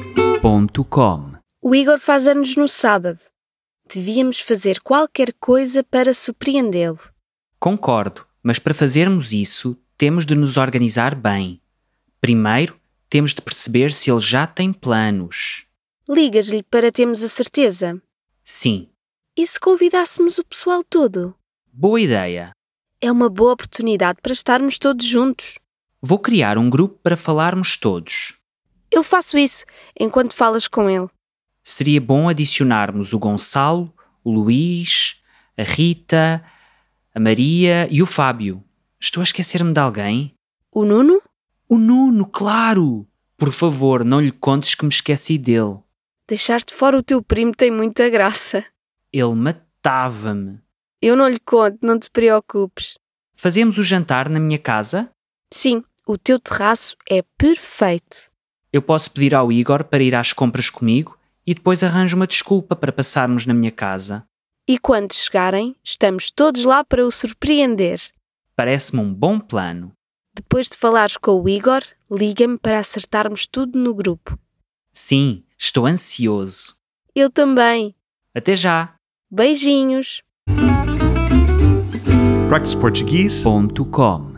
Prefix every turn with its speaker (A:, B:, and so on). A: practiceportuguese.com
B: O Igor faz anos no sábado. Devíamos fazer qualquer coisa para surpreendê-lo.
C: Concordo, mas para fazermos isso, temos de nos organizar bem. Primeiro, temos de perceber se ele já tem planos.
B: Ligas-lhe para termos a certeza.
C: Sim,
B: E se convidássemos o pessoal todo?
C: boa ideia.
B: É uma boa oportunidade para estarmos todos juntos.
C: Vou criar um grupo para falarmos todos.
B: Eu faço isso enquanto falas com ele.
C: Seria bom adicionarmos o Gonçalo, o Luís, a Rita, a Maria e o Fábio. Estou a esquecer-me de alguém?
B: O Nuno?
C: O Nuno, claro! Por favor, não lhe contes que me esqueci dele.
B: Deixar-te fora o teu primo tem muita graça.
C: Ele matava-me.
B: Eu não lhe conto, não te preocupes.
C: Fazemos o jantar na minha casa?
B: Sim, o teu terraço é perfeito.
C: Eu posso pedir ao Igor para ir às compras comigo e depois arranjo uma desculpa para passarmos na minha casa.
B: E quando chegarem, estamos todos lá para o surpreender.
C: Parece-me um bom plano.
B: Depois de falares com o Igor, liga-me para acertarmos tudo no grupo.
C: Sim, estou ansioso.
B: Eu também.
C: Até já!
B: Beijinhos!
A: practiceportuguese.com